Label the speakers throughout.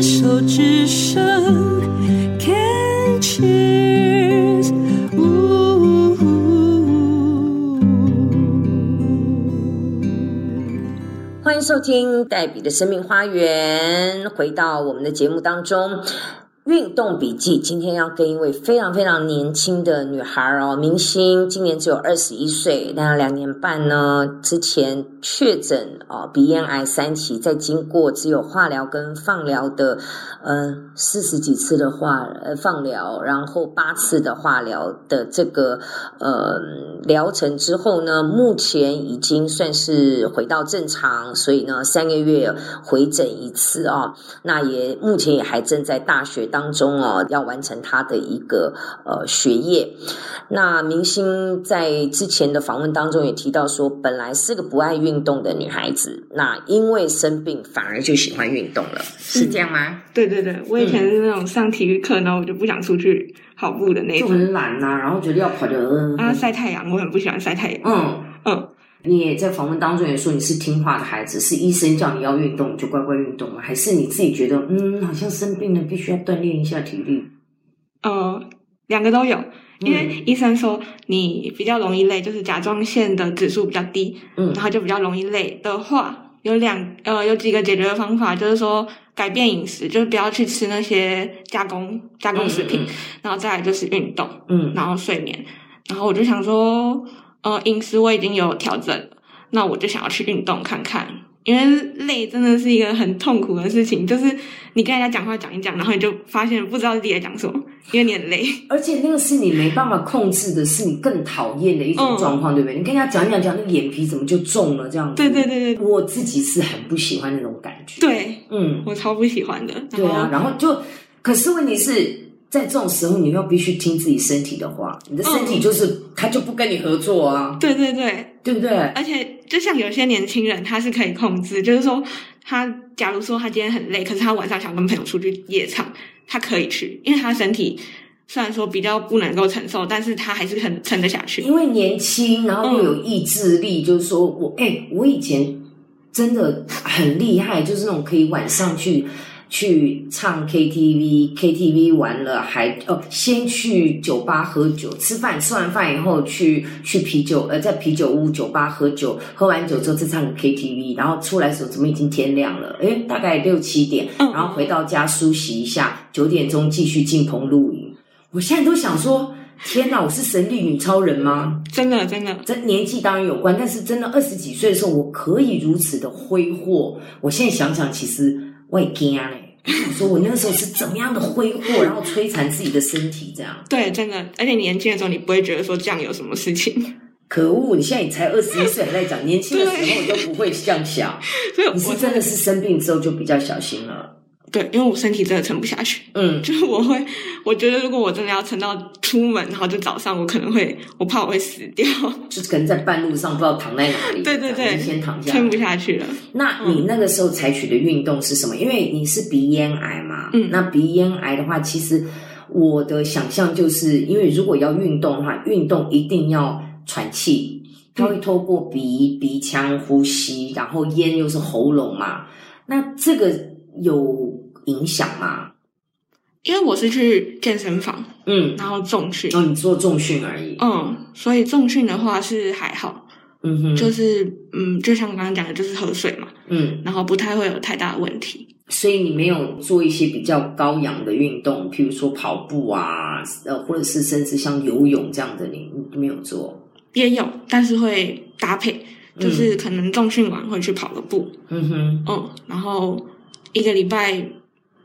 Speaker 1: 手之声，Can cheers。
Speaker 2: 欢迎收听黛比的生命花园，回到我们的节目当中。运动笔记今天要跟一位非常非常年轻的女孩儿哦，明星，今年只有二十一岁，但她两年半呢之前确诊哦鼻咽癌三期，在经过只有化疗跟放疗的呃四十几次的化呃放疗，然后八次的化疗的这个呃疗程之后呢，目前已经算是回到正常，所以呢三个月回诊一次哦，那也目前也还正在大学当中哦，要完成他的一个呃学业。那明星在之前的访问当中也提到说，本来是个不爱运动的女孩子，那因为生病反而就喜欢运动了，是这样吗？
Speaker 3: 对对对，我以前是那种上体育课，然后我就不想出去跑步的那
Speaker 2: 嗯就
Speaker 3: 种。
Speaker 2: 很懒呐、然后觉得要跑的，
Speaker 3: 啊，晒太阳，我很不喜欢晒太阳。
Speaker 2: 嗯。
Speaker 3: 嗯，
Speaker 2: 你也在访问当中也说你是听话的孩子，是医生叫你要运动你就乖乖运动吗？还是你自己觉得嗯，好像生病了必须要锻炼一下体力？
Speaker 3: 呃，两个都有，因为医生说你比较容易累，就是甲状腺的指数比较低，
Speaker 2: 嗯
Speaker 3: 然后就比较容易累的话，有两呃有几个解决的方法，就是说改变饮食，就是不要去吃那些加工加工食品，然后再来就是运动，
Speaker 2: 嗯
Speaker 3: 然后睡眠，然后我就想说，呃，饮食我已经有调整了，那我就想要去运动看看，因为累真的是一个很痛苦的事情，就是你跟人家讲话讲一讲，然后你就发现不知道自己在讲什么，因为你很累。
Speaker 2: 而且那个是你没办法控制的，是你更讨厌的一种状况，对不对？你跟人家讲一讲讲，那个眼皮怎么就重了这样子？
Speaker 3: 对对对对
Speaker 2: 我自己是很不喜欢那种感觉。，
Speaker 3: 对，
Speaker 2: 嗯，
Speaker 3: 我超不喜欢的。
Speaker 2: 对啊，
Speaker 3: 然后
Speaker 2: 然后就，可是问题是。在这种时候，你又必须听自己身体的话，你的身
Speaker 3: 嗯
Speaker 2: 体就是、它就不跟你合作啊，
Speaker 3: 对对对，
Speaker 2: 对不对？
Speaker 3: 而且就像有些年轻人，他是可以控制，就是说他假如说他今天很累，可是他晚上想跟朋友出去夜场，他可以去，因为他身体虽然说比较不能够承受，但是他还是很撑得下去。
Speaker 2: 因为年轻，然后又有意志力，就是说我哎、我以前真的很厉害，就是那种可以晚上去去唱 KTV，KTV 完了还哦，先去酒吧喝酒，吃饭，吃完饭以后去去啤酒呃，在啤酒屋酒吧喝酒，喝完酒之后再唱个 KTV，然后出来的时候怎么已经天亮了？哎，大概六七点，
Speaker 3: 嗯
Speaker 2: 然后回到家梳洗一下，九点钟继续进棚露营。我现在都想说，天哪，我是神力女超人吗？
Speaker 3: 真的真的，
Speaker 2: 这年纪当然有关，但是真的二十几岁的时候，我可以如此的挥霍。我现在想想，其实我也惊嘞。我想说我那个时候是怎么样的挥霍，然后摧残自己的身体，这样
Speaker 3: 对真的，而且你年轻的时候，你不会觉得说这样有什么事情，嗯
Speaker 2: 可恶！你现在也才二十一岁，还在讲年轻的时候都不会这样想。
Speaker 3: 所以我
Speaker 2: 你是真的是生病之后就比较小心了。
Speaker 3: 对，因为我身体真的撑不下去，
Speaker 2: 嗯，
Speaker 3: 就是我会，我觉得如果我真的要撑到出门，然后就早上，我可能会，我怕我会死掉，
Speaker 2: 就是可能在半路上不知道躺在哪里，
Speaker 3: 对对
Speaker 2: 这样
Speaker 3: 对，
Speaker 2: 就先躺下来
Speaker 3: 撑不下去了。嗯
Speaker 2: 那你那个时候采取的运动是什么？因为你是鼻咽癌嘛，
Speaker 3: 嗯
Speaker 2: 那鼻咽癌的话，其实我的想象就是，因为如果要运动的话，运动一定要喘气，它
Speaker 3: 嗯
Speaker 2: 会透过鼻、鼻腔呼吸，然后咽又是喉咙嘛，那这个有影响吗？
Speaker 3: 因为我是去健身房，
Speaker 2: 嗯，
Speaker 3: 然后重训，
Speaker 2: 哦，你做重训而已，
Speaker 3: 嗯，所以重训的话是还好，
Speaker 2: 嗯哼，
Speaker 3: 就是嗯，就像我刚刚讲的，就是喝水嘛，
Speaker 2: 嗯，
Speaker 3: 然后不太会有太大的问题。
Speaker 2: 所以你没有做一些比较高扬的运动，譬如说跑步啊，呃，或者是甚至像游泳这样的，你你没有做。
Speaker 3: 也有，但是会搭配，就是可能重训完会去跑个步，
Speaker 2: 嗯哼，
Speaker 3: 嗯，然后一个礼拜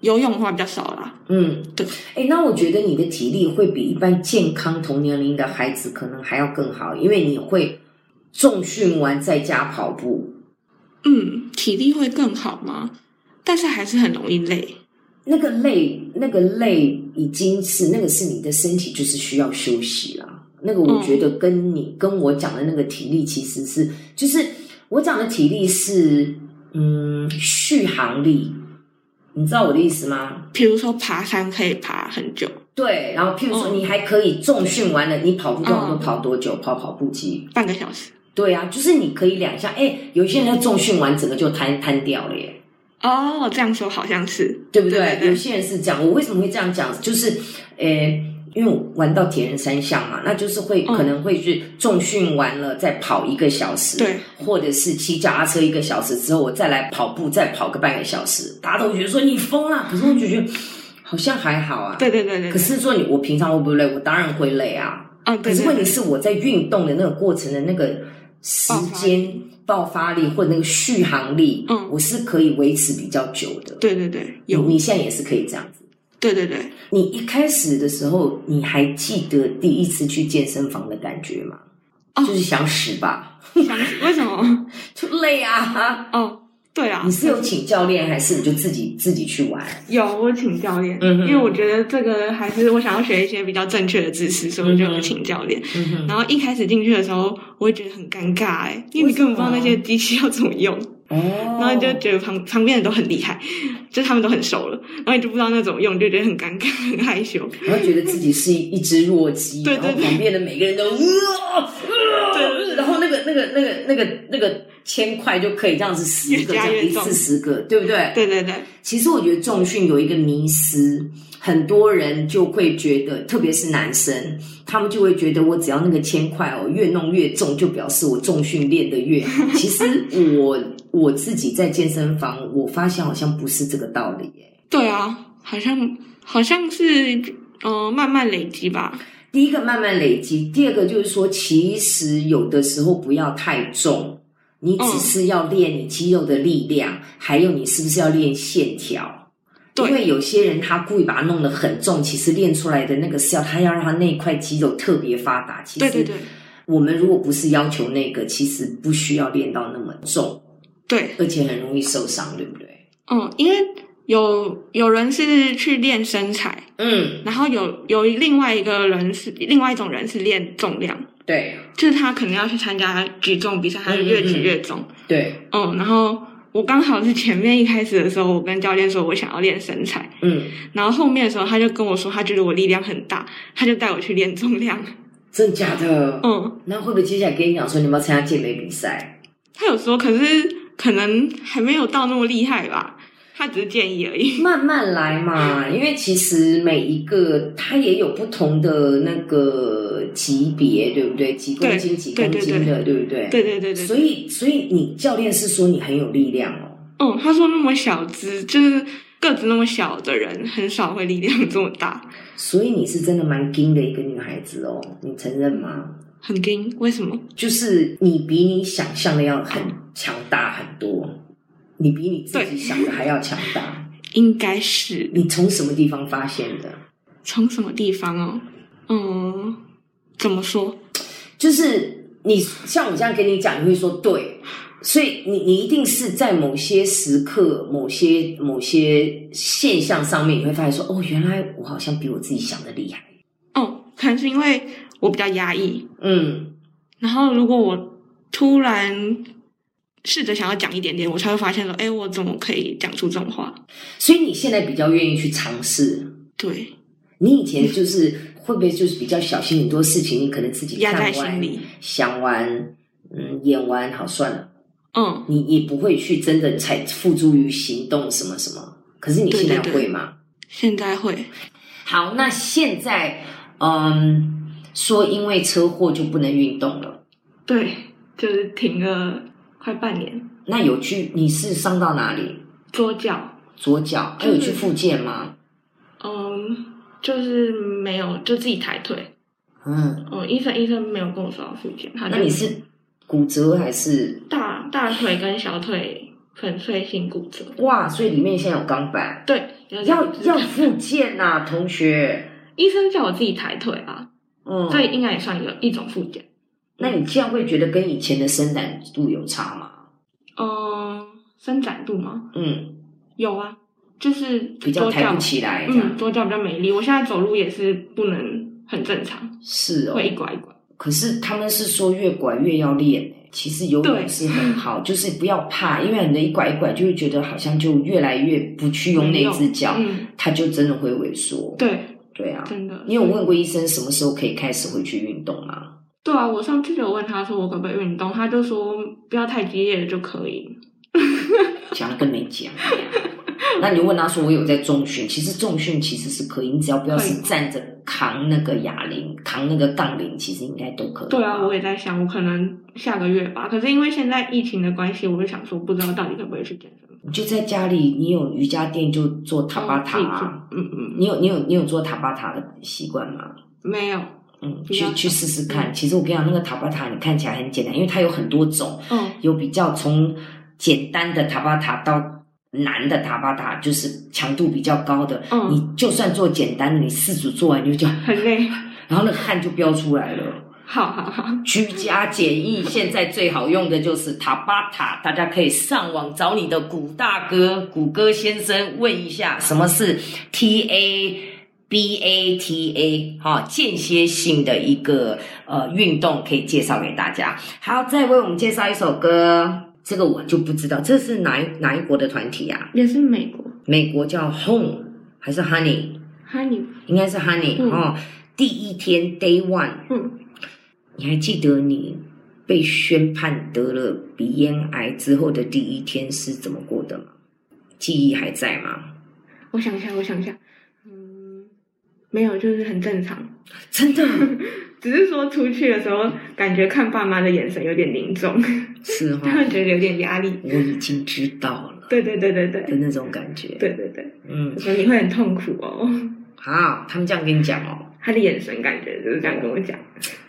Speaker 3: 游泳的话比较少啦，
Speaker 2: 嗯，
Speaker 3: 对。
Speaker 2: 哎，那我觉得你的体力会比一般健康同年龄的孩子可能还要更好，因为你会重训完在家跑步。
Speaker 3: 嗯，体力会更好吗？但是还是很容易累，
Speaker 2: 那个累，那个累已经是那个是你的身体，就是需要休息啦。那个我
Speaker 3: 嗯
Speaker 2: 觉得跟你、跟我讲的那个体力其实是，就是我讲的体力是，嗯，续航力，你知道我的意思吗？
Speaker 3: 比如说爬山可以爬很久，
Speaker 2: 对，然后譬如说
Speaker 3: 嗯
Speaker 2: 你还可以重训完了，你跑步通常都
Speaker 3: 嗯
Speaker 2: 跑多久？跑跑步机。
Speaker 3: 半个小时，
Speaker 2: 对啊，就是你可以两下，哎，有些人重训完整个就瘫瘫掉了耶。
Speaker 3: 哦，这样说好像是
Speaker 2: 对不对？
Speaker 3: 对对对
Speaker 2: 有些人是这样。我为什么会这样讲？就是，呃，因为我玩到铁人三项嘛，那就是会、
Speaker 3: 嗯
Speaker 2: 可能会去重训完了再跑一个小时，
Speaker 3: 对，
Speaker 2: 或者是骑脚踏车一个小时之后，我再来跑步，再跑个半个小时。大家都会觉得说你疯了，可是我就觉得好像还好啊。
Speaker 3: 对对对对
Speaker 2: 可
Speaker 3: 对，
Speaker 2: 是说你我平常会不会累？我当然会累啊。
Speaker 3: 嗯，对
Speaker 2: 可是
Speaker 3: 对
Speaker 2: 问题
Speaker 3: 对，
Speaker 2: 是我在运动的那个过程的那个时间爆发力或者那个续航力，
Speaker 3: 嗯
Speaker 2: 我是可以维持比较久的。
Speaker 3: 对对对有，
Speaker 2: 你现在也是可以这样子。
Speaker 3: 对对对，
Speaker 2: 你一开始的时候，你还记得第一次去健身房的感觉吗？
Speaker 3: 哦
Speaker 2: 就是想死吧，
Speaker 3: 想 为什么？
Speaker 2: 就累啊！
Speaker 3: 哦，对啊
Speaker 2: 你，是有请教练，还是你就自己自己去玩？
Speaker 3: 有我请教练，
Speaker 2: 嗯哼
Speaker 3: 因为我觉得这个还是我想要学一些比较正确的知识，所以我就
Speaker 2: 嗯哼
Speaker 3: 有请教练。
Speaker 2: 嗯哼，
Speaker 3: 然后一开始进去的时候，我会觉得很尴尬哎、因为你根本不知道那些机器要怎么用，
Speaker 2: 哦，
Speaker 3: 然后你就觉得旁旁边人都很厉害，就是他们都很熟了，然后你就不知道那怎么用，就觉得很尴尬、 很害羞。
Speaker 2: 然后觉得自己是一只弱鸡，
Speaker 3: 对对
Speaker 2: 然后旁边的每个人都，呃呃、然后那个那个那个那个那个铅块就可以这样子十个，
Speaker 3: 越加
Speaker 2: 这样
Speaker 3: 越
Speaker 2: 一
Speaker 3: 重
Speaker 2: 次十个，对不对？
Speaker 3: 对对对，
Speaker 2: 其实我觉得重训有一个迷思，很多人就会觉得，特别是男生，他们就会觉得我只要那个铅块哦越弄越重，就表示我重训练的越好。其实我我自己在健身房，我发现好像不是这个道理耶。
Speaker 3: 对啊，好像好像是呃慢慢累积吧。
Speaker 2: 第一个慢慢累积，第二个就是说，其实有的时候不要太
Speaker 3: 嗯
Speaker 2: 重，你只是要练你肌肉的力量，还有你是不是要练线条？
Speaker 3: 对
Speaker 2: 因为有些人他故意把它弄得很重，其实练出来的那个是要他要让他那一块肌肉特别发达。其
Speaker 3: 对对
Speaker 2: 实
Speaker 3: 对
Speaker 2: 我们如果不是要求那个，其实不需要练到那么重，
Speaker 3: 对，
Speaker 2: 而且很容易受伤，对不对？
Speaker 3: 嗯，因为有有人是去练身材，
Speaker 2: 嗯，
Speaker 3: 然后有有另外一个人是另外一种人是练重量，
Speaker 2: 对
Speaker 3: 就是他可能要去参加举重比赛，他就越举越重。
Speaker 2: 对，
Speaker 3: 嗯然后我刚好是前面一开始的时候，我跟教练说我想要练身材，
Speaker 2: 嗯，
Speaker 3: 然后后面的时候他就跟我说他觉得我力量很大，他就带我去练重量。
Speaker 2: 真假的？
Speaker 3: 嗯，
Speaker 2: 那会不会接下来跟你讲说你们要参加健美比赛？
Speaker 3: 他有说，可是可能还没有到那么厉害吧，他只是建议而已。
Speaker 2: 慢慢来嘛，因为其实每一个它也有不同的那个级别，对不对？几公斤、
Speaker 3: 对
Speaker 2: 几公斤的，对不对？
Speaker 3: 对对对对
Speaker 2: 所以，所以你教练是说你很有力量哦。
Speaker 3: 嗯，他说那么小只，就是个子那么小的人，很少会力量这么大，
Speaker 2: 所以你是真的蛮硬的一个女孩子哦，你承认吗？
Speaker 3: 很硬。为什么？
Speaker 2: 就是你比你想象的要很强大很多，你比你自己
Speaker 3: 对
Speaker 2: 想的还要强大。
Speaker 3: 应该是
Speaker 2: 你从什么地方发现的？
Speaker 3: 从什么地方哦？嗯，怎么说？
Speaker 2: 就是你像我这样跟你讲，你会说对，所以你你一定是在某些时刻、某些某些现象上面，你会发现说，哦，原来我好像比我自己想的厉害。
Speaker 3: 哦，可能是因为我比较压抑，
Speaker 2: 嗯，
Speaker 3: 然后如果我突然试着想要讲一点点，我才会发现说，哎，我怎么可以讲出这种话？
Speaker 2: 所以你现在比较愿意去尝试。
Speaker 3: 对，
Speaker 2: 你以前就是会不会就是比较小心很多事情，你可能自己
Speaker 3: 压
Speaker 2: 看
Speaker 3: 在
Speaker 2: 完、
Speaker 3: 心里。
Speaker 2: 想完，嗯，演完好算了，
Speaker 3: 嗯，
Speaker 2: 你也不会去真的才付诸于行动什么什么。可是你现在
Speaker 3: 对对对
Speaker 2: 会吗？
Speaker 3: 现在会，
Speaker 2: 好，那现在，嗯，说因为车祸就不能运动了，
Speaker 3: 对，就是停了快半年，
Speaker 2: 那有去你是伤到哪里？
Speaker 3: 桌脚，
Speaker 2: 左脚？还
Speaker 3: 就是
Speaker 2: 有去复健吗？
Speaker 3: 嗯，就是没有，就自己抬腿。
Speaker 2: 嗯，
Speaker 3: 嗯，医生医生没有跟我说要复健，他就
Speaker 2: 那你是骨折还是？
Speaker 3: 大大腿跟小腿粉碎性骨折，
Speaker 2: 哇，所以里面现在有钢板，
Speaker 3: 对，就是
Speaker 2: 要
Speaker 3: 就是
Speaker 2: 要复 健呐、同学。
Speaker 3: 医生叫我自己抬腿啊，
Speaker 2: 嗯，
Speaker 3: 这应该也算有一种复健。
Speaker 2: 那你这样会觉得跟以前的伸展度有差吗？
Speaker 3: 嗯，伸展度吗？
Speaker 2: 嗯，
Speaker 3: 有啊，就是
Speaker 2: 比较
Speaker 3: 多
Speaker 2: 抬
Speaker 3: 脚
Speaker 2: 不，起来
Speaker 3: 嗯，
Speaker 2: 这样。
Speaker 3: 多脚比较没力。我现在走路也是不能很正常，
Speaker 2: 是哦，
Speaker 3: 会一拐一拐。
Speaker 2: 可是他们是说越拐越要练、欸，其实游泳
Speaker 3: 对
Speaker 2: 是很好， 就是不要怕，因为你的一拐一拐就会觉得好像就越来越不去用那只脚，
Speaker 3: 嗯，
Speaker 2: 它就真的会萎缩。
Speaker 3: 对，
Speaker 2: 对啊，
Speaker 3: 真的。
Speaker 2: 你有问过医生什么时候可以开始回去运动 吗？
Speaker 3: 对啊，我上次有问他说我可不可以运动，他就说不要太激烈的就可以。
Speaker 2: 讲跟没讲一样。那你问他说我有在重训，其实重训其实是可以，你只要不要是站着扛那个哑铃、扛那个杠铃，其实应该都可以。
Speaker 3: 对啊，我也在想，我可能下个月吧。可是因为现在疫情的关系，我就想说，不知道到底可不可以去健身房。
Speaker 2: 你就在家里，你有瑜伽垫就做塔巴塔、啊。
Speaker 3: 嗯嗯，
Speaker 2: 你有你有你有做塔巴塔的习惯吗？
Speaker 3: 没有。
Speaker 2: 嗯，
Speaker 3: 比较
Speaker 2: 去去试试看。
Speaker 3: 嗯
Speaker 2: 其实我跟你讲，那个塔巴塔你看起来很简单，因为它有很多种，
Speaker 3: 嗯
Speaker 2: 有比较从简单的塔巴塔到难的塔巴塔，就是强度比较高的。
Speaker 3: 嗯，
Speaker 2: 你就算做简单的，你四组做完你就讲，
Speaker 3: 很累。
Speaker 2: 然后那个汗就飙出来了。
Speaker 3: 好好好，
Speaker 2: 居家简易，现在最好用的就是塔巴塔，大家可以上网找你的谷大哥、谷歌先生问一下什么是 T A B A T A 哈、间歇性的一个呃运动，可以介绍给大家。好，再为我们介绍一首歌，这个我就不知道，这是哪一哪一国的团体啊？
Speaker 3: 也是美国
Speaker 2: 美国叫 Home 还是 Honey？
Speaker 3: ，Honey，
Speaker 2: 应该是 Honey、
Speaker 3: 嗯
Speaker 2: 哦。第一天 Day One。
Speaker 3: 嗯，
Speaker 2: 你还记得你被宣判得了鼻咽癌之后的第一天是怎么过的吗？记忆还在吗？
Speaker 3: 我想一下，我想一下，嗯，没有，就是很正常。
Speaker 2: 真的
Speaker 3: 只是说出去的时候，感觉看爸妈的眼神有点凝重，
Speaker 2: 是哈、
Speaker 3: 他 们觉得有点压力。
Speaker 2: 我已经知道了
Speaker 3: 对对对对对
Speaker 2: 的那种感觉。，
Speaker 3: 对对对，
Speaker 2: 嗯
Speaker 3: 我，说你会很痛苦哦。
Speaker 2: 好，他们这样跟你讲哦。
Speaker 3: 他的眼神感觉就是这样跟我讲。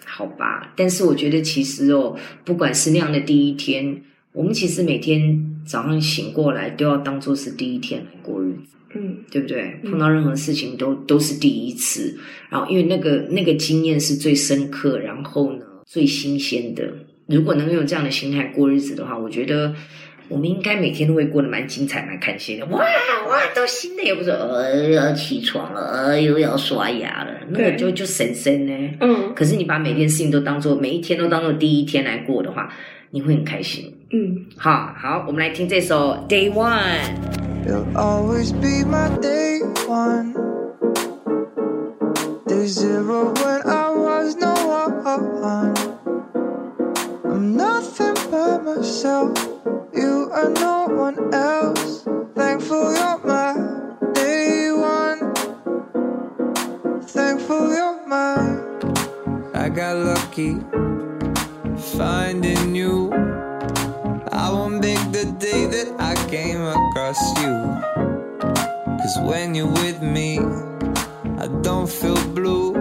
Speaker 2: 好吧，但是我觉得其实哦，不管是那样的第一天，我们其实每天早上醒过来都要当做是第一天来过日子。
Speaker 3: 嗯
Speaker 2: 对不对？
Speaker 3: 嗯
Speaker 2: 碰到任何事情都都是第一次，然后因为那个那个经验是最深刻，然后呢最新鲜的。如果能有这样的心态过日子的话，我觉得我们应该每天都会过得蛮精彩、蛮开心的。哇哇，都新的也不是，呃，要起床了，呃，又要刷牙了，那个
Speaker 3: 对
Speaker 2: 就就神神呢。
Speaker 3: 嗯
Speaker 2: 可是你把每件事情都当做每一天都当做第一天来过的话，你会很开心。
Speaker 3: 嗯，
Speaker 2: 好好，我们来听这首《Day One》。
Speaker 4: You'll always be my day one. Day zero when I was no one. I'm nothing but myself. You are no one else. Thankful you're my day one. Thankful you're my. I got lucky finding you. I won't make the day that I came across you. Cause when you're with me, I don't feel blue.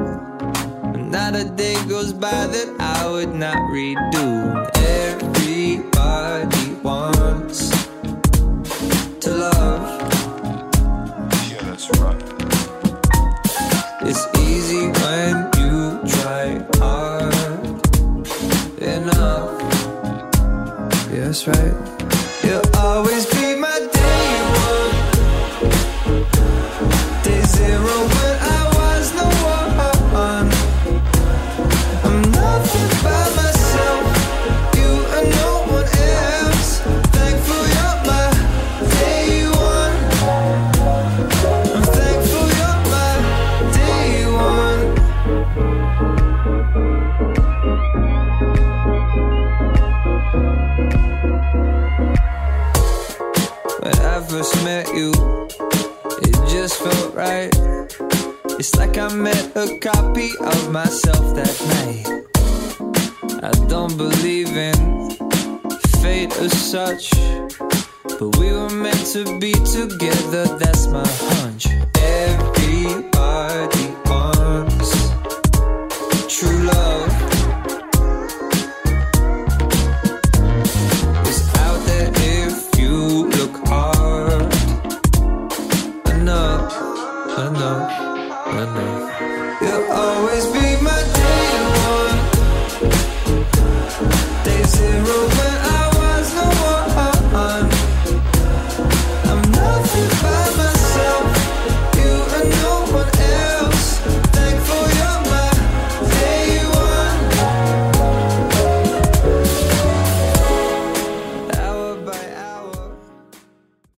Speaker 4: And not a day goes by that I would not redo. Everybody wants to love.
Speaker 5: Yeah, that's right.
Speaker 4: It's easy when you try hard enough. Yeah, that's right. You'll always be my day one. Day zero when I was no one. I'm nothing by myself. You are no one else. Thankful you're my day one. I'm thankful you're my day one. When I first met you, it just felt right. It's like I met a copy of myself that night. I don't believe in fate as such, but we were meant to be together, that's my hunch.